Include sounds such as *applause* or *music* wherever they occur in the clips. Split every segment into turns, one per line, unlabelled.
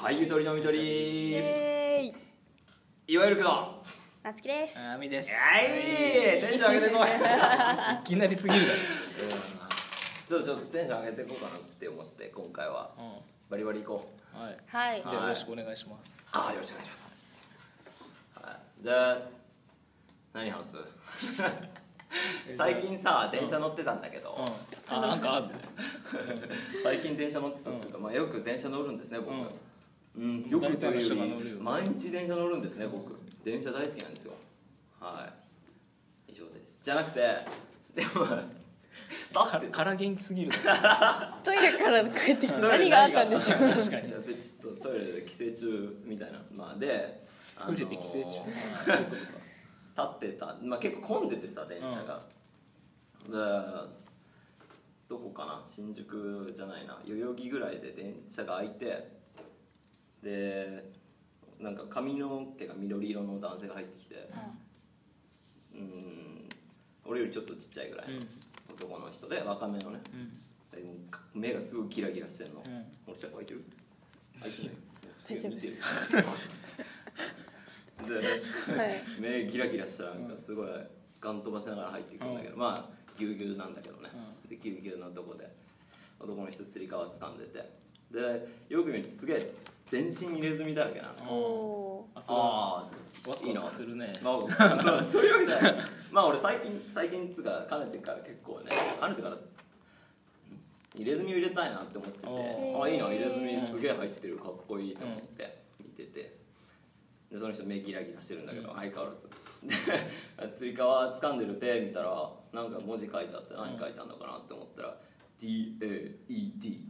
はい、ゆとりのみとり。
イエーイ
いわゆるくの。
なつきです
あみです
えい、テンション上げてこい。
*laughs* いきなりす
*laughs*
ぎるだろ
そう、ちょっとテンション上げていこうかなって思って、今回は。バリバリ行こう。
うんはい
はい
じゃあよろしくお願いします
ああ、よろしくお願いします。はい、じゃあ。何話す。最近さ、電車乗ってたんだけど。
うんあなんかあるね
最近電車乗ってたっていうか、まあ、よく電車乗るんですね、僕。
うん
うん、よくと
大体の
い
人
う
が
よ
乗る
り
よ
毎日電車乗るんですね僕電車大好きなんですよはい以上ですじゃなくてでもだ
*laughs* か
って
から元気すぎるだろ
トイレから帰ってきて
トイレ
何があったんでしょう
確かに
やべちょっとトイレで帰省中みたいなまあで
トイレで寄生虫
あのー
あーそういうことか
立ってた、まあ、結構混んでてさ電車が、でどこかな新宿じゃないな代々木ぐらいで電車が空いてでなんか髪の毛が緑色の男性が入ってきてうん俺よりちょっとちっちゃいぐらいの男の人で若めのね
うん
で目がすごいキラキラしてんの、
うん
俺ちゃん開いてる開いてないすげえ見てるで
はい
目ギラギラしたなんかすごいガン飛ばしながら入っていくんだけど、まあぎゅうぎゅうなんだけどね、でぎゅうぎゅうのとこで男の人つり革掴んでてでよく見るとすげえ全身入れ墨だらけなの、
うん
おお
あそう
ああ
ワクワクするね
まあ、 *laughs* まあそういうわけじゃないまあ俺最近最近っつうかかねてから結構ねかねてから入れ墨を入れたいなって思ってて
お
ー
あいいな入れ墨すげえ入ってるかっこいいと思って見ててでその人目ギラギラしてるんだけど、
うん
相変わらずで追加は掴んでる手見たらなんか文字書いてあって何書いてあるのかなって思ったら、DAED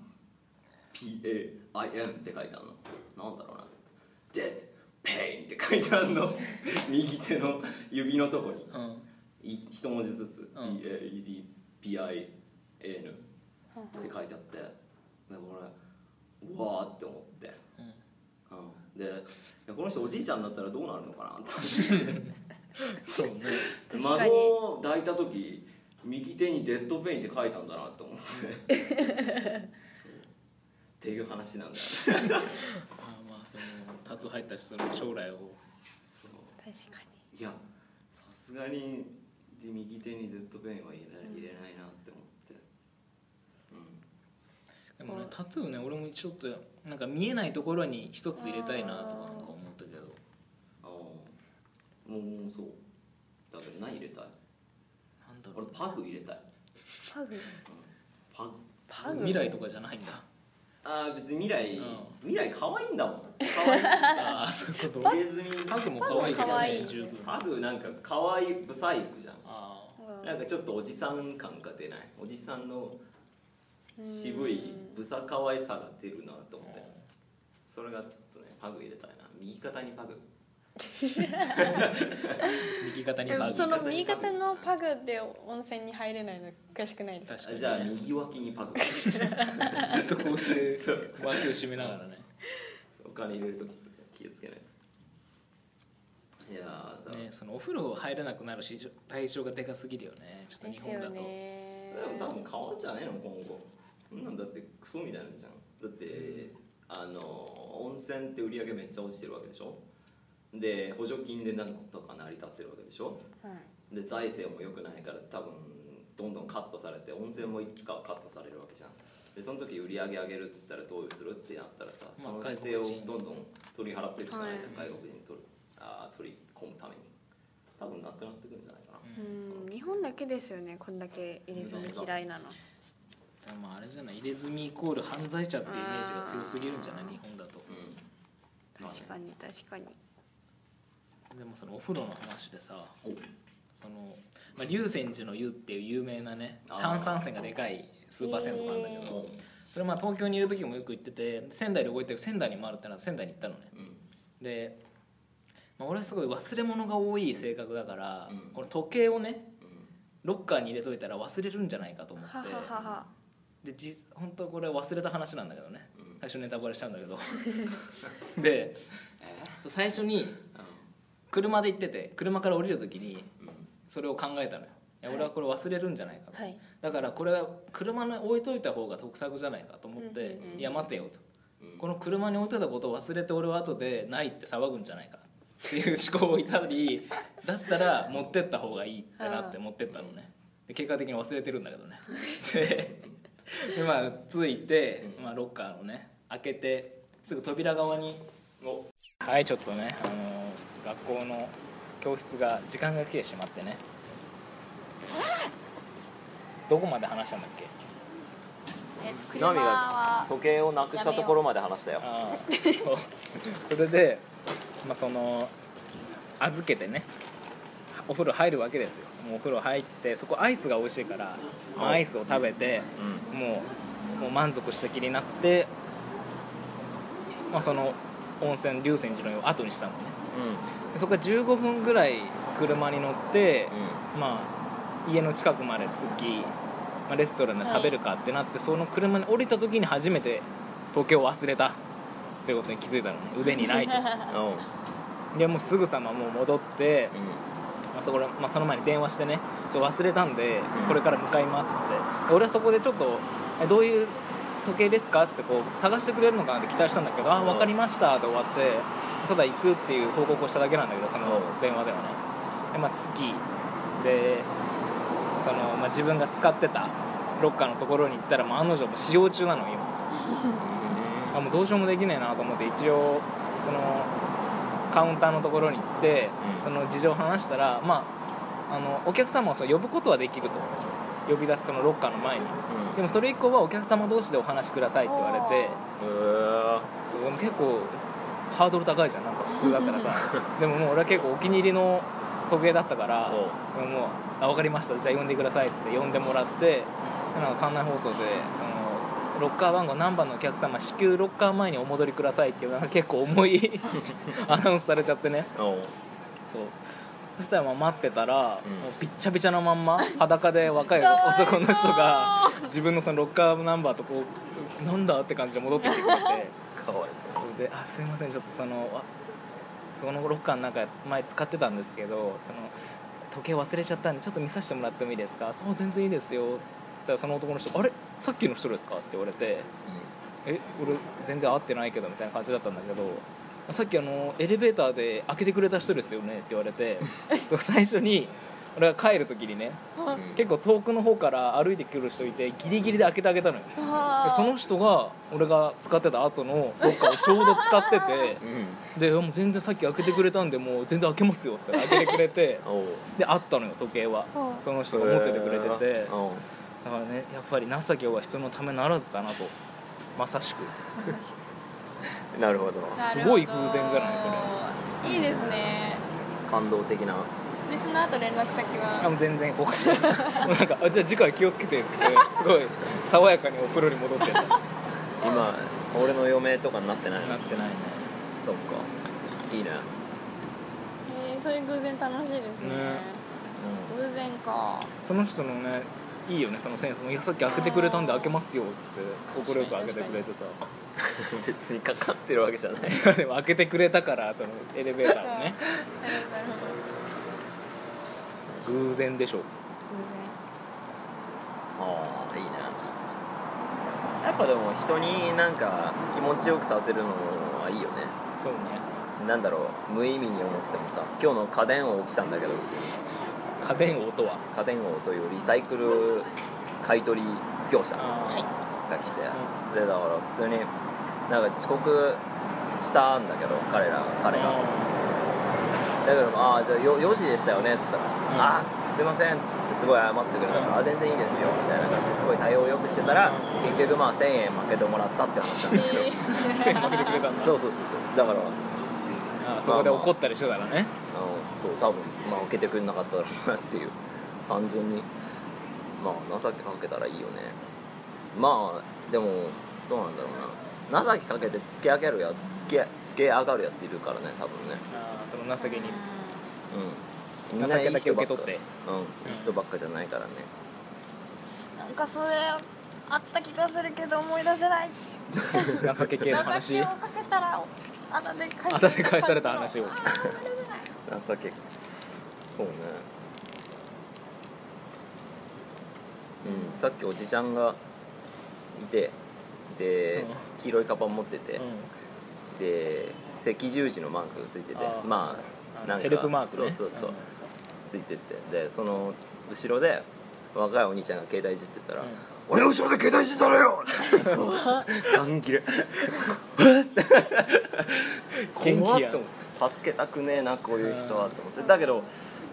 PAIN って書いてあるのなんだろうな Dead Pain って書いてあるの *laughs* 右手の指のとこに
うん
い一文字ずつ
うん
DAED PIN って書いてあってでこれわーって思って、
うん
うん、でいやこの人おじいちゃんだったらどうなるのかなって *laughs*
そうね
確
孫
かに
を抱いた時右手に「デッドペイン」って書いたんだなと思って *laughs* っていう話なんだよね
あーまあそのタトゥー入った人の将来を
そう
確か
いやさすがにで右手にデッドペインは入れない入れないなって思ってうん
でもねタトゥーね俺もちょっとなんか見えないところに一つ入れたいなとかなんか思ったけど
ああもうそうだけど何入れたい
なんだろ
俺
う
パグ入れたい
にパグ
パグ
パグ
未来とかじ
*laughs*
ゃないんだ
ああ別に未来、
うん
未来可愛いんだもん可愛い
ああそういうこと
入れ墨
パグも可愛いけど
パグも可愛
ね
い
十分
パグなんか可愛いブサイクじゃん
あ
うん
なんかちょっとおじさん感が出ないおじさんの渋いブサ可愛さが出るなと
あ
思ってそれがちょっとねパグ入れたいな右肩にパグ
右肩に
え
パグ
その右肩のパグで温泉に入れないのおかしくないですか
確かにね
じゃあ右脇にパグ
*laughs* ずっとこうして
そう
脇を締めながらね
お金入れるとき気をつけないといやーだから、
ねそのお風呂入れなくなるし対象がでかすぎるよねちょっと
で
日
す
本だと、
よね
でも多分変わるんじゃねえの今後そんなんだってクソみたいなんじゃんだってあの温泉って売り上げめっちゃ落ちてるわけでしょで補助金でなんとか成り立ってるわけでしょ
はい
で財政も良くないから多分どんどんカットされて温泉もいつかはカットされるわけじゃんでその時売り上げ上げるっつったらどうするってなったらさ、
まあ
その規制を
外国人
どんどん取り払っていくしかないじゃん、
はい
外国人取るあー取り込むために多分なくなってくるんじゃないかな、
うん日本だけですよねこんだけ入れ墨嫌いなの
でもまああれじゃない入れ墨イコール犯罪者っていうイメージが強すぎるんじゃない
あー
日本だと
うんまあね
確かに確かに
でもそのお風呂の話でさ
お
その、まあ、龍泉寺の湯っていう有名なね
あー
炭酸泉がでかいスーパー銭湯なんだけど、それまあ東京にいる時もよく行ってて仙台で動いてる仙台にもあるってなって仙台に行ったのね
うん
で、まあ、俺はすごい忘れ物が多い性格だから、
うん
この時計をね
うん
ロッカーに入れといたら忘れるんじゃないかと思って
はははは
でじ本当これ忘れた話なんだけどね
うん
最初ネタバレしたんだ
*laughs*
けど
え
でそう最初に
ー
車で行ってて車から降りる時に
うんうん
それを考えたのよいや
はい
俺はこれ忘れるんじゃないかと、
はい
だからこれは車の置いといた方が得策じゃないかと思って、
うんうんうん
いや待てよと、
うん
この車に置いてたことを忘れて俺は後でないって騒ぐんじゃないかっていう思考をいたりだったら持ってった方がいいってなって持ってったのねで結果的に忘れてるんだけどねででまあついて、まあ、ロッカーのね開けてすぐ扉側に
お
はいちょっとね、あの学校の教室が時間が来てしまってねどこまで話したんだっけ
えっと車
ナミが
は
時計をなくしたところまで話したよ
ああそうそれで、まあ、その預けてねお風呂入るわけですよもうお風呂入ってそこアイスが美味しいから、まあアイスを食べて
う
もうもう満足した気になって、まあ、その温泉竜泉寺の湯を後にしたのね
んうん
でそこから15分ぐらい車に乗って、まあ、家の近くまで着き、まあ、レストランで食べるかってなって、その車に降りた時に初めて時計を忘れたってことに気づいたのね腕にないと
うんうん
でもうすぐさまもう戻って、まあそこらまあ、その前に電話してねちょっと忘れたんで
うん
これから向かいますってで俺はそこでちょっとえどういう時計ですかっつってこう探してくれるのかなって期待したんだけど「あ分かりました」って終わってただ行くっていう報告をしただけなんだけどその
うん
電話ではねでまあ月でその、まあ、自分が使ってたロッカーのところに行ったらもう案の定もう使用中なの今あもうどうしようもできねえなと思って一応そのカウンターのところに行って、
うん
その事情を話したら、まあ、あのお客様をそう呼ぶことはできると呼び出すそのロッカーの前にでもそれ以降はお客様同士でお話しくださいって言われて
うん
そうでも結構ハードル高いじゃんなんか普通だったらさ
*laughs*
でももう俺は結構お気に入りの時計だったから
おう
でももう「あ分かりましたじゃあ呼んでください」っつって呼んでもらってなんか館内放送でそのロッカー番号何番のお客様至急ロッカー前にお戻りくださいっていうなんか結構重いアナウンスされちゃってね
おう
そうそしたらまあ待ってたら、
うん
もうびっちゃびちゃのまんま裸で若い男の人が自分のそのロッカーナンバーとこうなんだって感じで戻ってきてくれて。
かわい
それで「あすいませんちょっとそのあそのロッカーの中前使ってたんですけどその時計忘れちゃったんでちょっと見させてもらってもいいですか?」そう全然いいですよ」って言ったらその男の人「あれさっきの人ですか?」って言われて「え俺全然会ってないけど」みたいな感じだったんだけど。さっきあのエレベーターで開けてくれた人ですよねって言われてそう最初に俺が帰る時にね
うん
結構遠くの方から歩いてくる人いてギリギリで開けてあげたのよ
わ
で
ー
その人が俺が使ってた後のロッカーをちょうど使っててでもう全然さっき開けてくれたんでもう全然開けますよって言って開けてく
*laughs*
れて
おう
であったのよ時計は
うん
その人が持っててくれててだか
おう
らねやっぱり情けは人のためならずだなとまさしく
なるほど
すごい偶然じゃない
これいいですね
感動的な
でその後連絡先
あ
は
もう全然後悔してないもうなんかあじゃあ次回気をつけてってすごい爽やかにお風呂に戻ってたなって
今俺の嫁とかになってない
ないね
そっかいいね
えーそういう偶然楽しいですね
ね
偶然か
その人のねいいよねそのセンスもいやさっき開けてくれたんで開けますよっつって快く開けてくれてさ
別にかかってるわけじゃない
でも開けてくれたからそのエレベーターをね
*laughs* なるほど
偶然でしょ
偶
ああいいねやっぱでも人になんか気持ちよくさせるのはいいよね
そうね
なんだろう無意味に思ってもさ今日の家電王来たんだけどうち
家電音は
家電王というリサイクル買い取り業者
あ
が来て、でだから普通になんか遅刻したんだけど彼ら彼がだけどああじゃあよ4時でしたよねっつったら「
ん
ああすいません」っつってすごい謝ってくれたから「
うん
あ全然いいですよ」みたいな感じですごい対応よくしてたら
う
結局まあ1000円負けてもらったって話なんだけど
*laughs*
然え
線負けてくれたんだ
*laughs* そうそうそうそうだからあの
あそこで怒ったりしてたらね
そう多分まあ受けてくれなかっただろうなっていう単純にまあ情けかけたらいいよねまあでもどうなんだろうな情けかけて突き上げるやつけつけ上がるやついるからね多分ね
あーその情
*laughs*
けに
うん
情けだけ受け取って
うん、いい人ばっかじゃないからね、
ーなんかそれあった気がするけど思い出せない
情け系の
情
話
けをかけたらあたで返
あたで返された話を
*laughs* あー思い出せない
情けそうねうんさっきおじちゃんがいてで、
うん
黄色いカバン持ってて、
う
で赤十字のマークがついてて
あー
ま
ん
あ
あ
な
の
んか
ヘルプマークね
そうそうそう、ついてってでその後ろで若いお兄ちゃんが携帯いじってたら「
うん
俺の後ろで携帯いじったらよ!」*laughs*
*laughs*
ガン切れ
うん
怖っ
元気やん
と思って助けたくねえなこういう人はと思ってだけど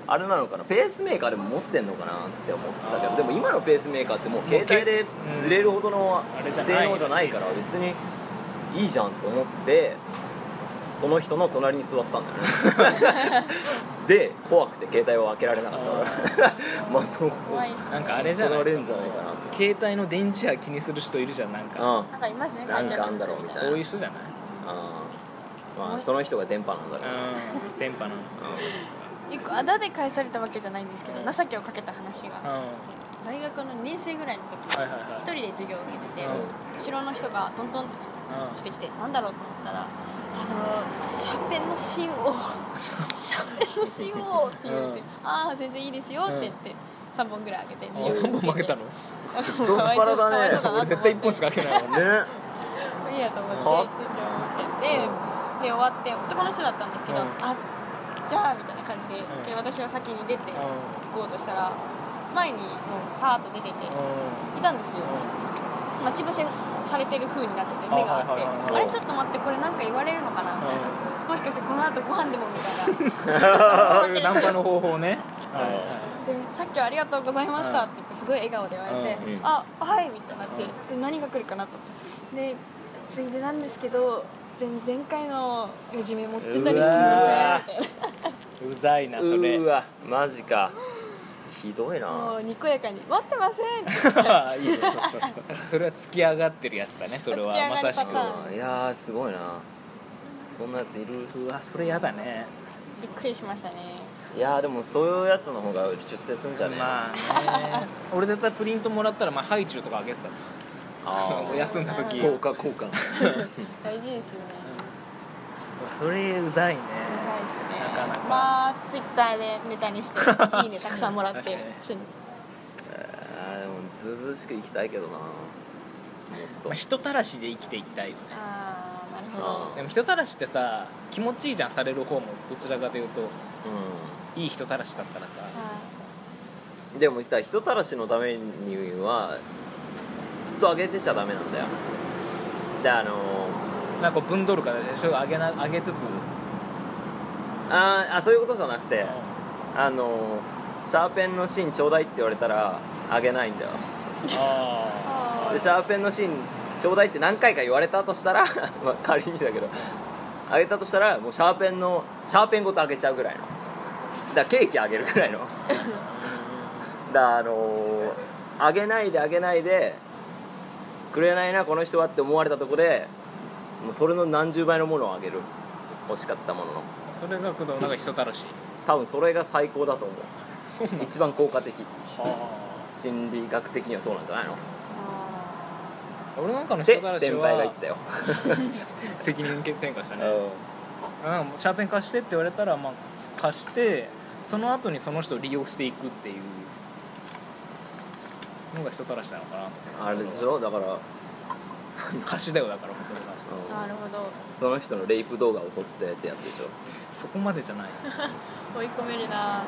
あれなのかなペースメーカーでも持ってんのかなって思ったけ
あ
ど
ー
でも今のペースメーカーってもう携帯でずれるほどの
うんあれじゃない
性能じゃないから別にいいじゃんと思ってその人の隣に座ったんだよね
*laughs*
で怖くて携帯を開けられなかったから *laughs* まあどう
怖いですね
なんかあれじゃ
怒
な
ら
い
れんじゃないかな
その携帯の電池や気にする人いるじゃんなんか、
うん
なんかいますね
なん
体
か
調
あんだ
崩
ろ
す
うみたいな
そ
みたいな
ういう人じゃない
あーまあその人が電波なんだろうな
うん電波なの
一個あだで返されたわけじゃないんですけど
うん
情けをかけた話
うん
が
はい
大学の2年生ぐらいの時
はい
に
はい
一人で授業を受けてて
うん
後ろの人がトントンって来てきてなんだろうと思ったら「あのシャーペンの芯を *laughs* シャーペンの芯を」って言って
うん
「ああ全然いいですよ」って言って3本ぐらいあげて
うん、あ三本負けたの
の
太っ腹だね
かわいそ
俺
うかわいそうだなと思って
絶対一本しか開けないもんね
ね
いいやと思ってちょ
は
っと思ってでで終わって男の人だったんですけど、
うん
あじゃあみたいな感じで,、
ん
で私は先に出て
う
行こうとしたら前にもうさーっと出てて
ん
いたんですよ待ち伏せされてる風になってて目があ
あはい
って
はいはい
あ
はい
れちょっと待ってこれなんか言われるのかなみたいなもしかしてこの後ご飯でもみたいなちょっ
*laughs*
と
あ
思
ー
って
ナンパの方法ね
でさっきはありがとうございましたって言ってすごい笑顔で言われて、
うん
あはいみたいになって、で何が来るかなとでついでなんですけど前前回のレジュメ持ってたりしませんみ
うわ
たいな
うざいな
う
それ
ーわマジかひどい
も
な
うにこやかに「待ってません!」って
*laughs* いいねそれは突き上がってるやつだねそれ
突き上
はま
が
さ
る
し
パ
く
ターン
いやーすごいなそんなやついる
うわそれやだね
びっくりしましたね
いやーでもそういうやつの方が出世するんじゃねえ、あ
まあね俺絶対プリントもらったらまあハイチュウとかあげてたも
あ
ん休んだ時
効果効
*laughs*
果
大事ですよね
それうざいね
うざいっすね
なかなか
まあツイッターでネタ
*laughs*
にしていいねたくさんもらって
確かに
し
あーでもずうずうしく生きたいけどなもっと
まあ、人たらしで生きていきたいよね
ああなるほ
あ
ど
でも人たらしってさ気持ちいいじゃんされる方もどちらかというと
う
いい人たらしだったらさ
んでも人たらしのためにはずっと上げてちゃダメなんだよであの
なんかぶんどるからでしょ上げな上げつつ
ーあーあそういうことじゃなくてあのーシャーペンの芯ちょうだいって言われたらあげないんだよ
あ
あ
でシャーペンの芯ちょうだいって何回か言われたとしたら *laughs* まあ仮にだけどあげたとしたらもうシャーペンのシャーペンごとあげちゃうぐらいのだからケーキあげるぐらいのだからあのーあげないであげないでくれないなこの人はって思われたとこでもうそれの何十倍のものをあげる欲しかったものの
あそれが工藤なんか人たらし
多分それが最高だと思
そうな
う一番効果的
は
心理学的にはそうなんじゃないの
あ俺なんかの
で
人たらし
先輩が言
は
ってたよ、
責任転嫁したね
うん
うん、シャーペン貸してって言われたら、まあ、貸してその後にその人を利用していくっていうのが人たらしなのかなと
あれでしょだから
貸しだよだからもうそれに関しては
なるほど
その人のレイプ動画を撮ってってやつでしょ
そこまでじゃない
追い込めるな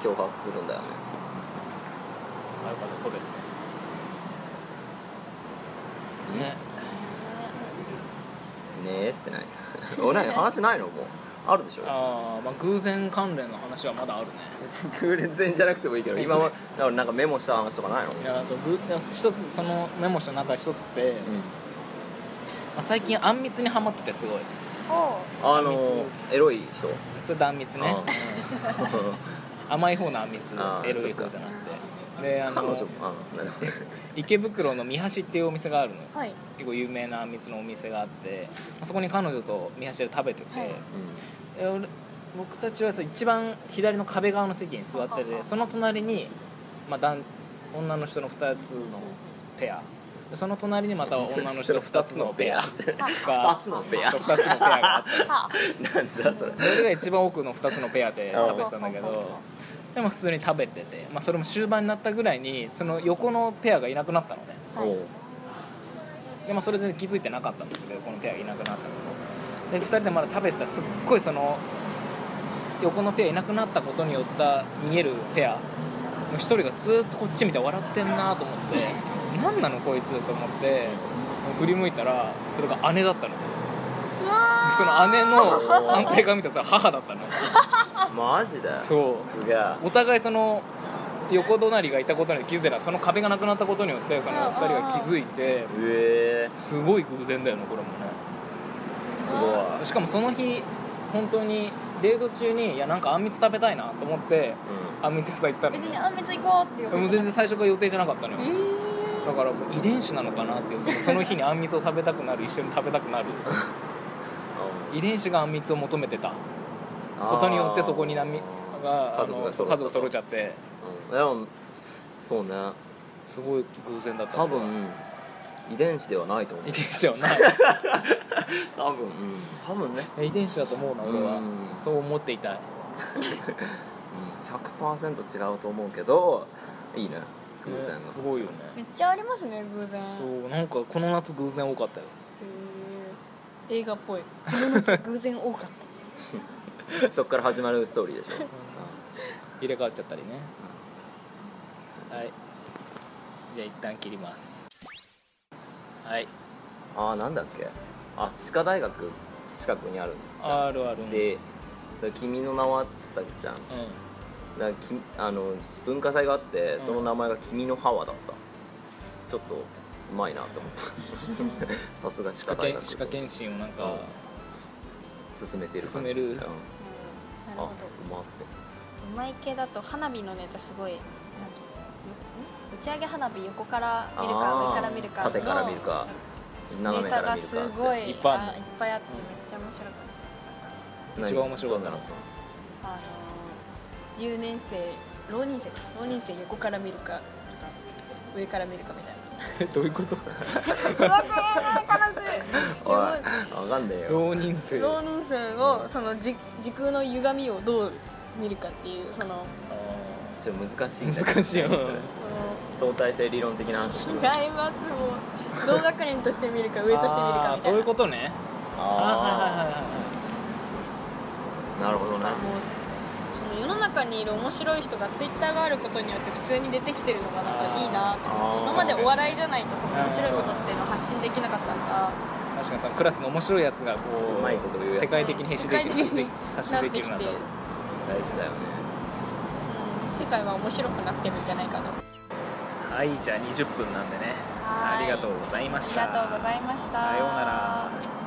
脅迫するんだよね
あるかそうですねね
ねえって
*laughs*
ないおない話ないのもうあるでしょ
ああまあ偶然関連の話はまだあるね
偶然じゃなくてもいいけ
*laughs*
ど今はだからなんかメモした話とかないの
いやそうぐいや一つそのメモした中一つで、まあ、最近あんみつにはまっててすごい
お
あのエロい
*laughs*
人
それであんみつ
あ
ねうん甘い方のあんみつ
あー
エロい方じゃなくてであ
彼
の
女もあのなんか
池袋の三橋っていうお店があるのよ
*laughs*
はい
結構有名なあんみつのお店があってまあそこに彼女と三橋で食べてて、
はい
で俺僕たちはそう一番左の壁側の席に座って
はは
て
は
その隣に、まあ、男女の人の2つのペアでその隣にまた女の人の2つのペア
2
2
つのペア
2つのペアがあって
あ
*laughs* なんだそれ
で俺が一番奥の2つのペアで食べてたんだけどでも普通に食べてて、まあ、それも終盤になったぐらいにその横のペアがいなくなったのね
はい
おう
で、まあ、それ全然気づいてなかったんだけどこのペアいなくなったことで2人でまだ食べてたらすっごいその横のペアいなくなったことによった見えるペアの1人がずっとこっち見て笑ってんなと思って何なのこいつと思って振り向いたらそれが姉だったの
うわー
その姉の反対側見たらさ母だったの
マジで
そう
すげえ
お互いその横隣がいたことに気づいたらその壁がなくなったことによってその2人が気づいて
ええ
すごい偶然だよねこれも
すごい
ねしかもその日本当にデート中にいやなんかあんみつ食べたいなと思ってあんみつ屋さん行ったの
別にあんみつ行こうって言われ
もう全然最初から予定じゃなかったのよ、
え
だからもう遺伝子なのかなっていうそのその日にあんみつを食べたくなる一緒に食べたくなる遺伝子があんみつを求めてたことによってそこに波があ
家族
の
が揃
そう
った
家族が揃っちゃって
うんでもそうね
すごい偶然だった
多分遺伝子ではない
*laughs*
と思
遺
う
伝子ではない
多分多分ね
遺伝子だと思うな俺は
うん
そう思っていたい
うん100%違うと思うけどいいね偶然の
ねすごいよね
めっちゃありますね偶然
そうなんかこの夏偶然多かったよ
へー映画っぽ
*laughs*
いこの夏偶然多かっ
*laughs* そっから始まるストーリーでしょ
入れ替わっちゃったりねはいじゃあ一旦切りますはい
ああなんだっけあ歯科大学近くにあるじゃ
あるあるうんん
で「君の名は」っつったじゃんだからきあの文化祭があって
うん
その名前が「君の歯は」だったちょっとうまいなと思った
*laughs*
さすが歯科
歯科
大
検歯科
学
検診をなんか、
うん進めてる感じ
進
う
める
ん、あ
た
う
な
まっ
るほど
て
うまい系だと花火のネタすごいなんだろう打ち上げ花火横から見る
あー
か上から見るかの
縦から見るか斜
ネ
め
タ
から
が
見る
す
かって
ごい
いっぱいあんの
あいっぱいあってめっちゃ面白かった
何
一番面白かった
どんなの
あの留年生浪人生か浪人生横から見るか上から見るかみたいな
どういうこと
うわこれ悲しい
おい分かんねえよ
浪人生
浪人生をその時時空の歪みをどう見るかっていうそ
あ
の
ちょっと難しいんだけ
ー
ど
難しいよね
そ
相対性理論的な話
の違いますもう同学年として見るか上として見るか
あ
み
ー
た
そ
いう
い
な
うことねあー
ああなるほどね
もうその世の中にいる面白い人がツイッターがあることによって普通に出てきてるのがなんかいいなと思って
あー
今までお笑いじゃないとその面白いことっていうのを発信できなかったから
確かにそのクラスの面白いやつがこう
うまいこと言うやつ
世界的に編集でき
世界的
る
に
発
な
信
って
で
きて
きるなんだ
大事だよね
うん世界は面白くなってるんじゃないかと
はいじゃあ20分なんでね
はーい
ありがとうございました
ありがとうございました
さようなら